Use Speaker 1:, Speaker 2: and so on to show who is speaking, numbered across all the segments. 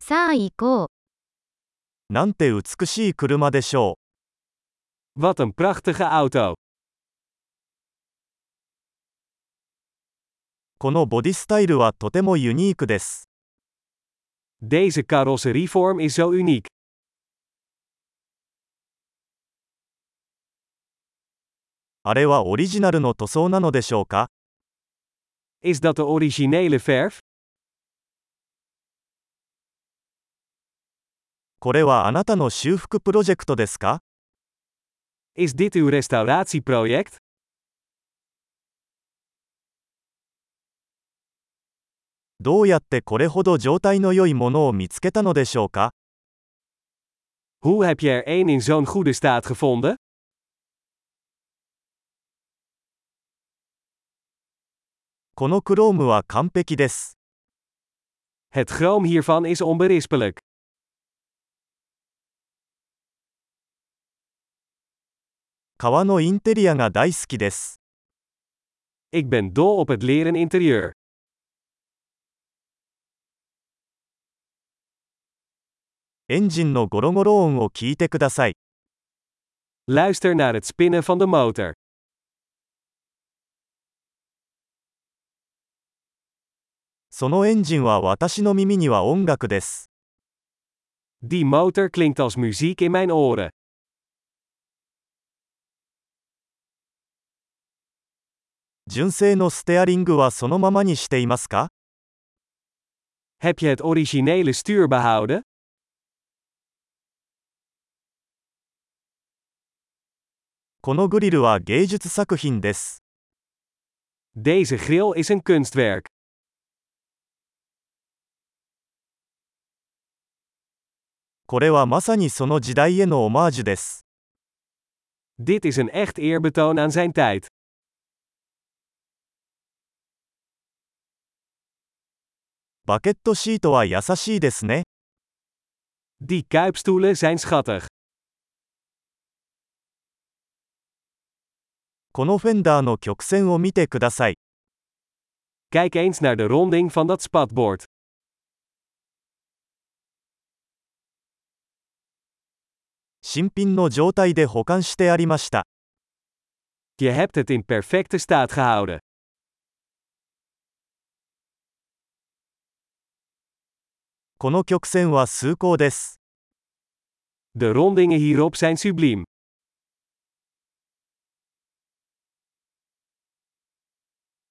Speaker 1: さあ行こう。
Speaker 2: なんて美しい車でしょ
Speaker 3: Wat een prachtige auto.
Speaker 2: う。このボディスタイルはとてもユニークです。
Speaker 3: Deze carrosserievorm is zo uniek.
Speaker 2: あれはオリジナルの塗装なのでしょうか
Speaker 3: Is dat de originele verf?
Speaker 2: これはあなたの修復プロジェクトですか
Speaker 3: Is dit uw restauratieproject?
Speaker 2: どうやってこれほど状態の良いものを見つけたのでしょうか
Speaker 3: Hoe heb je er één in zo'n goede staat gevonden?
Speaker 2: このクロームは完璧です。
Speaker 3: Het chroom hiervan is onberispelijk.
Speaker 2: 革のインテリアが大好きです。
Speaker 3: Ik ben dol op het leren interieur.
Speaker 2: エンジンのゴロゴロ音を聞いてください。
Speaker 3: Luister naar het spinnen van de motor.
Speaker 2: そのエンジンは私の耳には音楽です。
Speaker 3: Die motor klinkt als muziek in mijn oren.
Speaker 2: 純正のステアリングはそのままにしていますか
Speaker 3: Heb je het originele stuur behouden?
Speaker 2: このグリルは芸術作品です。
Speaker 3: Deze grill is een kunstwerk.
Speaker 2: これはまさにその時代へのオマージュです。
Speaker 3: Dit is een echt eerbetoon aan zijn tijd.
Speaker 2: バケットシートは優しいですね。
Speaker 3: Die kuipstoelen zijn schattig.
Speaker 2: このフェンダーの曲線を見てください。
Speaker 3: Kijk eens naar de ronding van dat spatbord.
Speaker 2: 新品の状態で保管してありました。
Speaker 3: Je hebt het in perfecte staat gehouden.
Speaker 2: この曲線は崇高です。
Speaker 3: De rondingen hierop zijn subliem.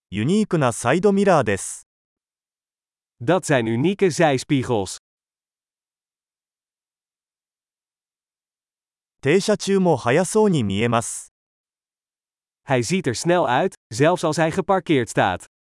Speaker 2: ユニークなサイドミラーです。
Speaker 3: Dat zijn unieke zijspiegels.
Speaker 2: 停車中も速そうに見えます。
Speaker 3: Hij ziet er snel uit, zelfs als hij geparkeerd staat.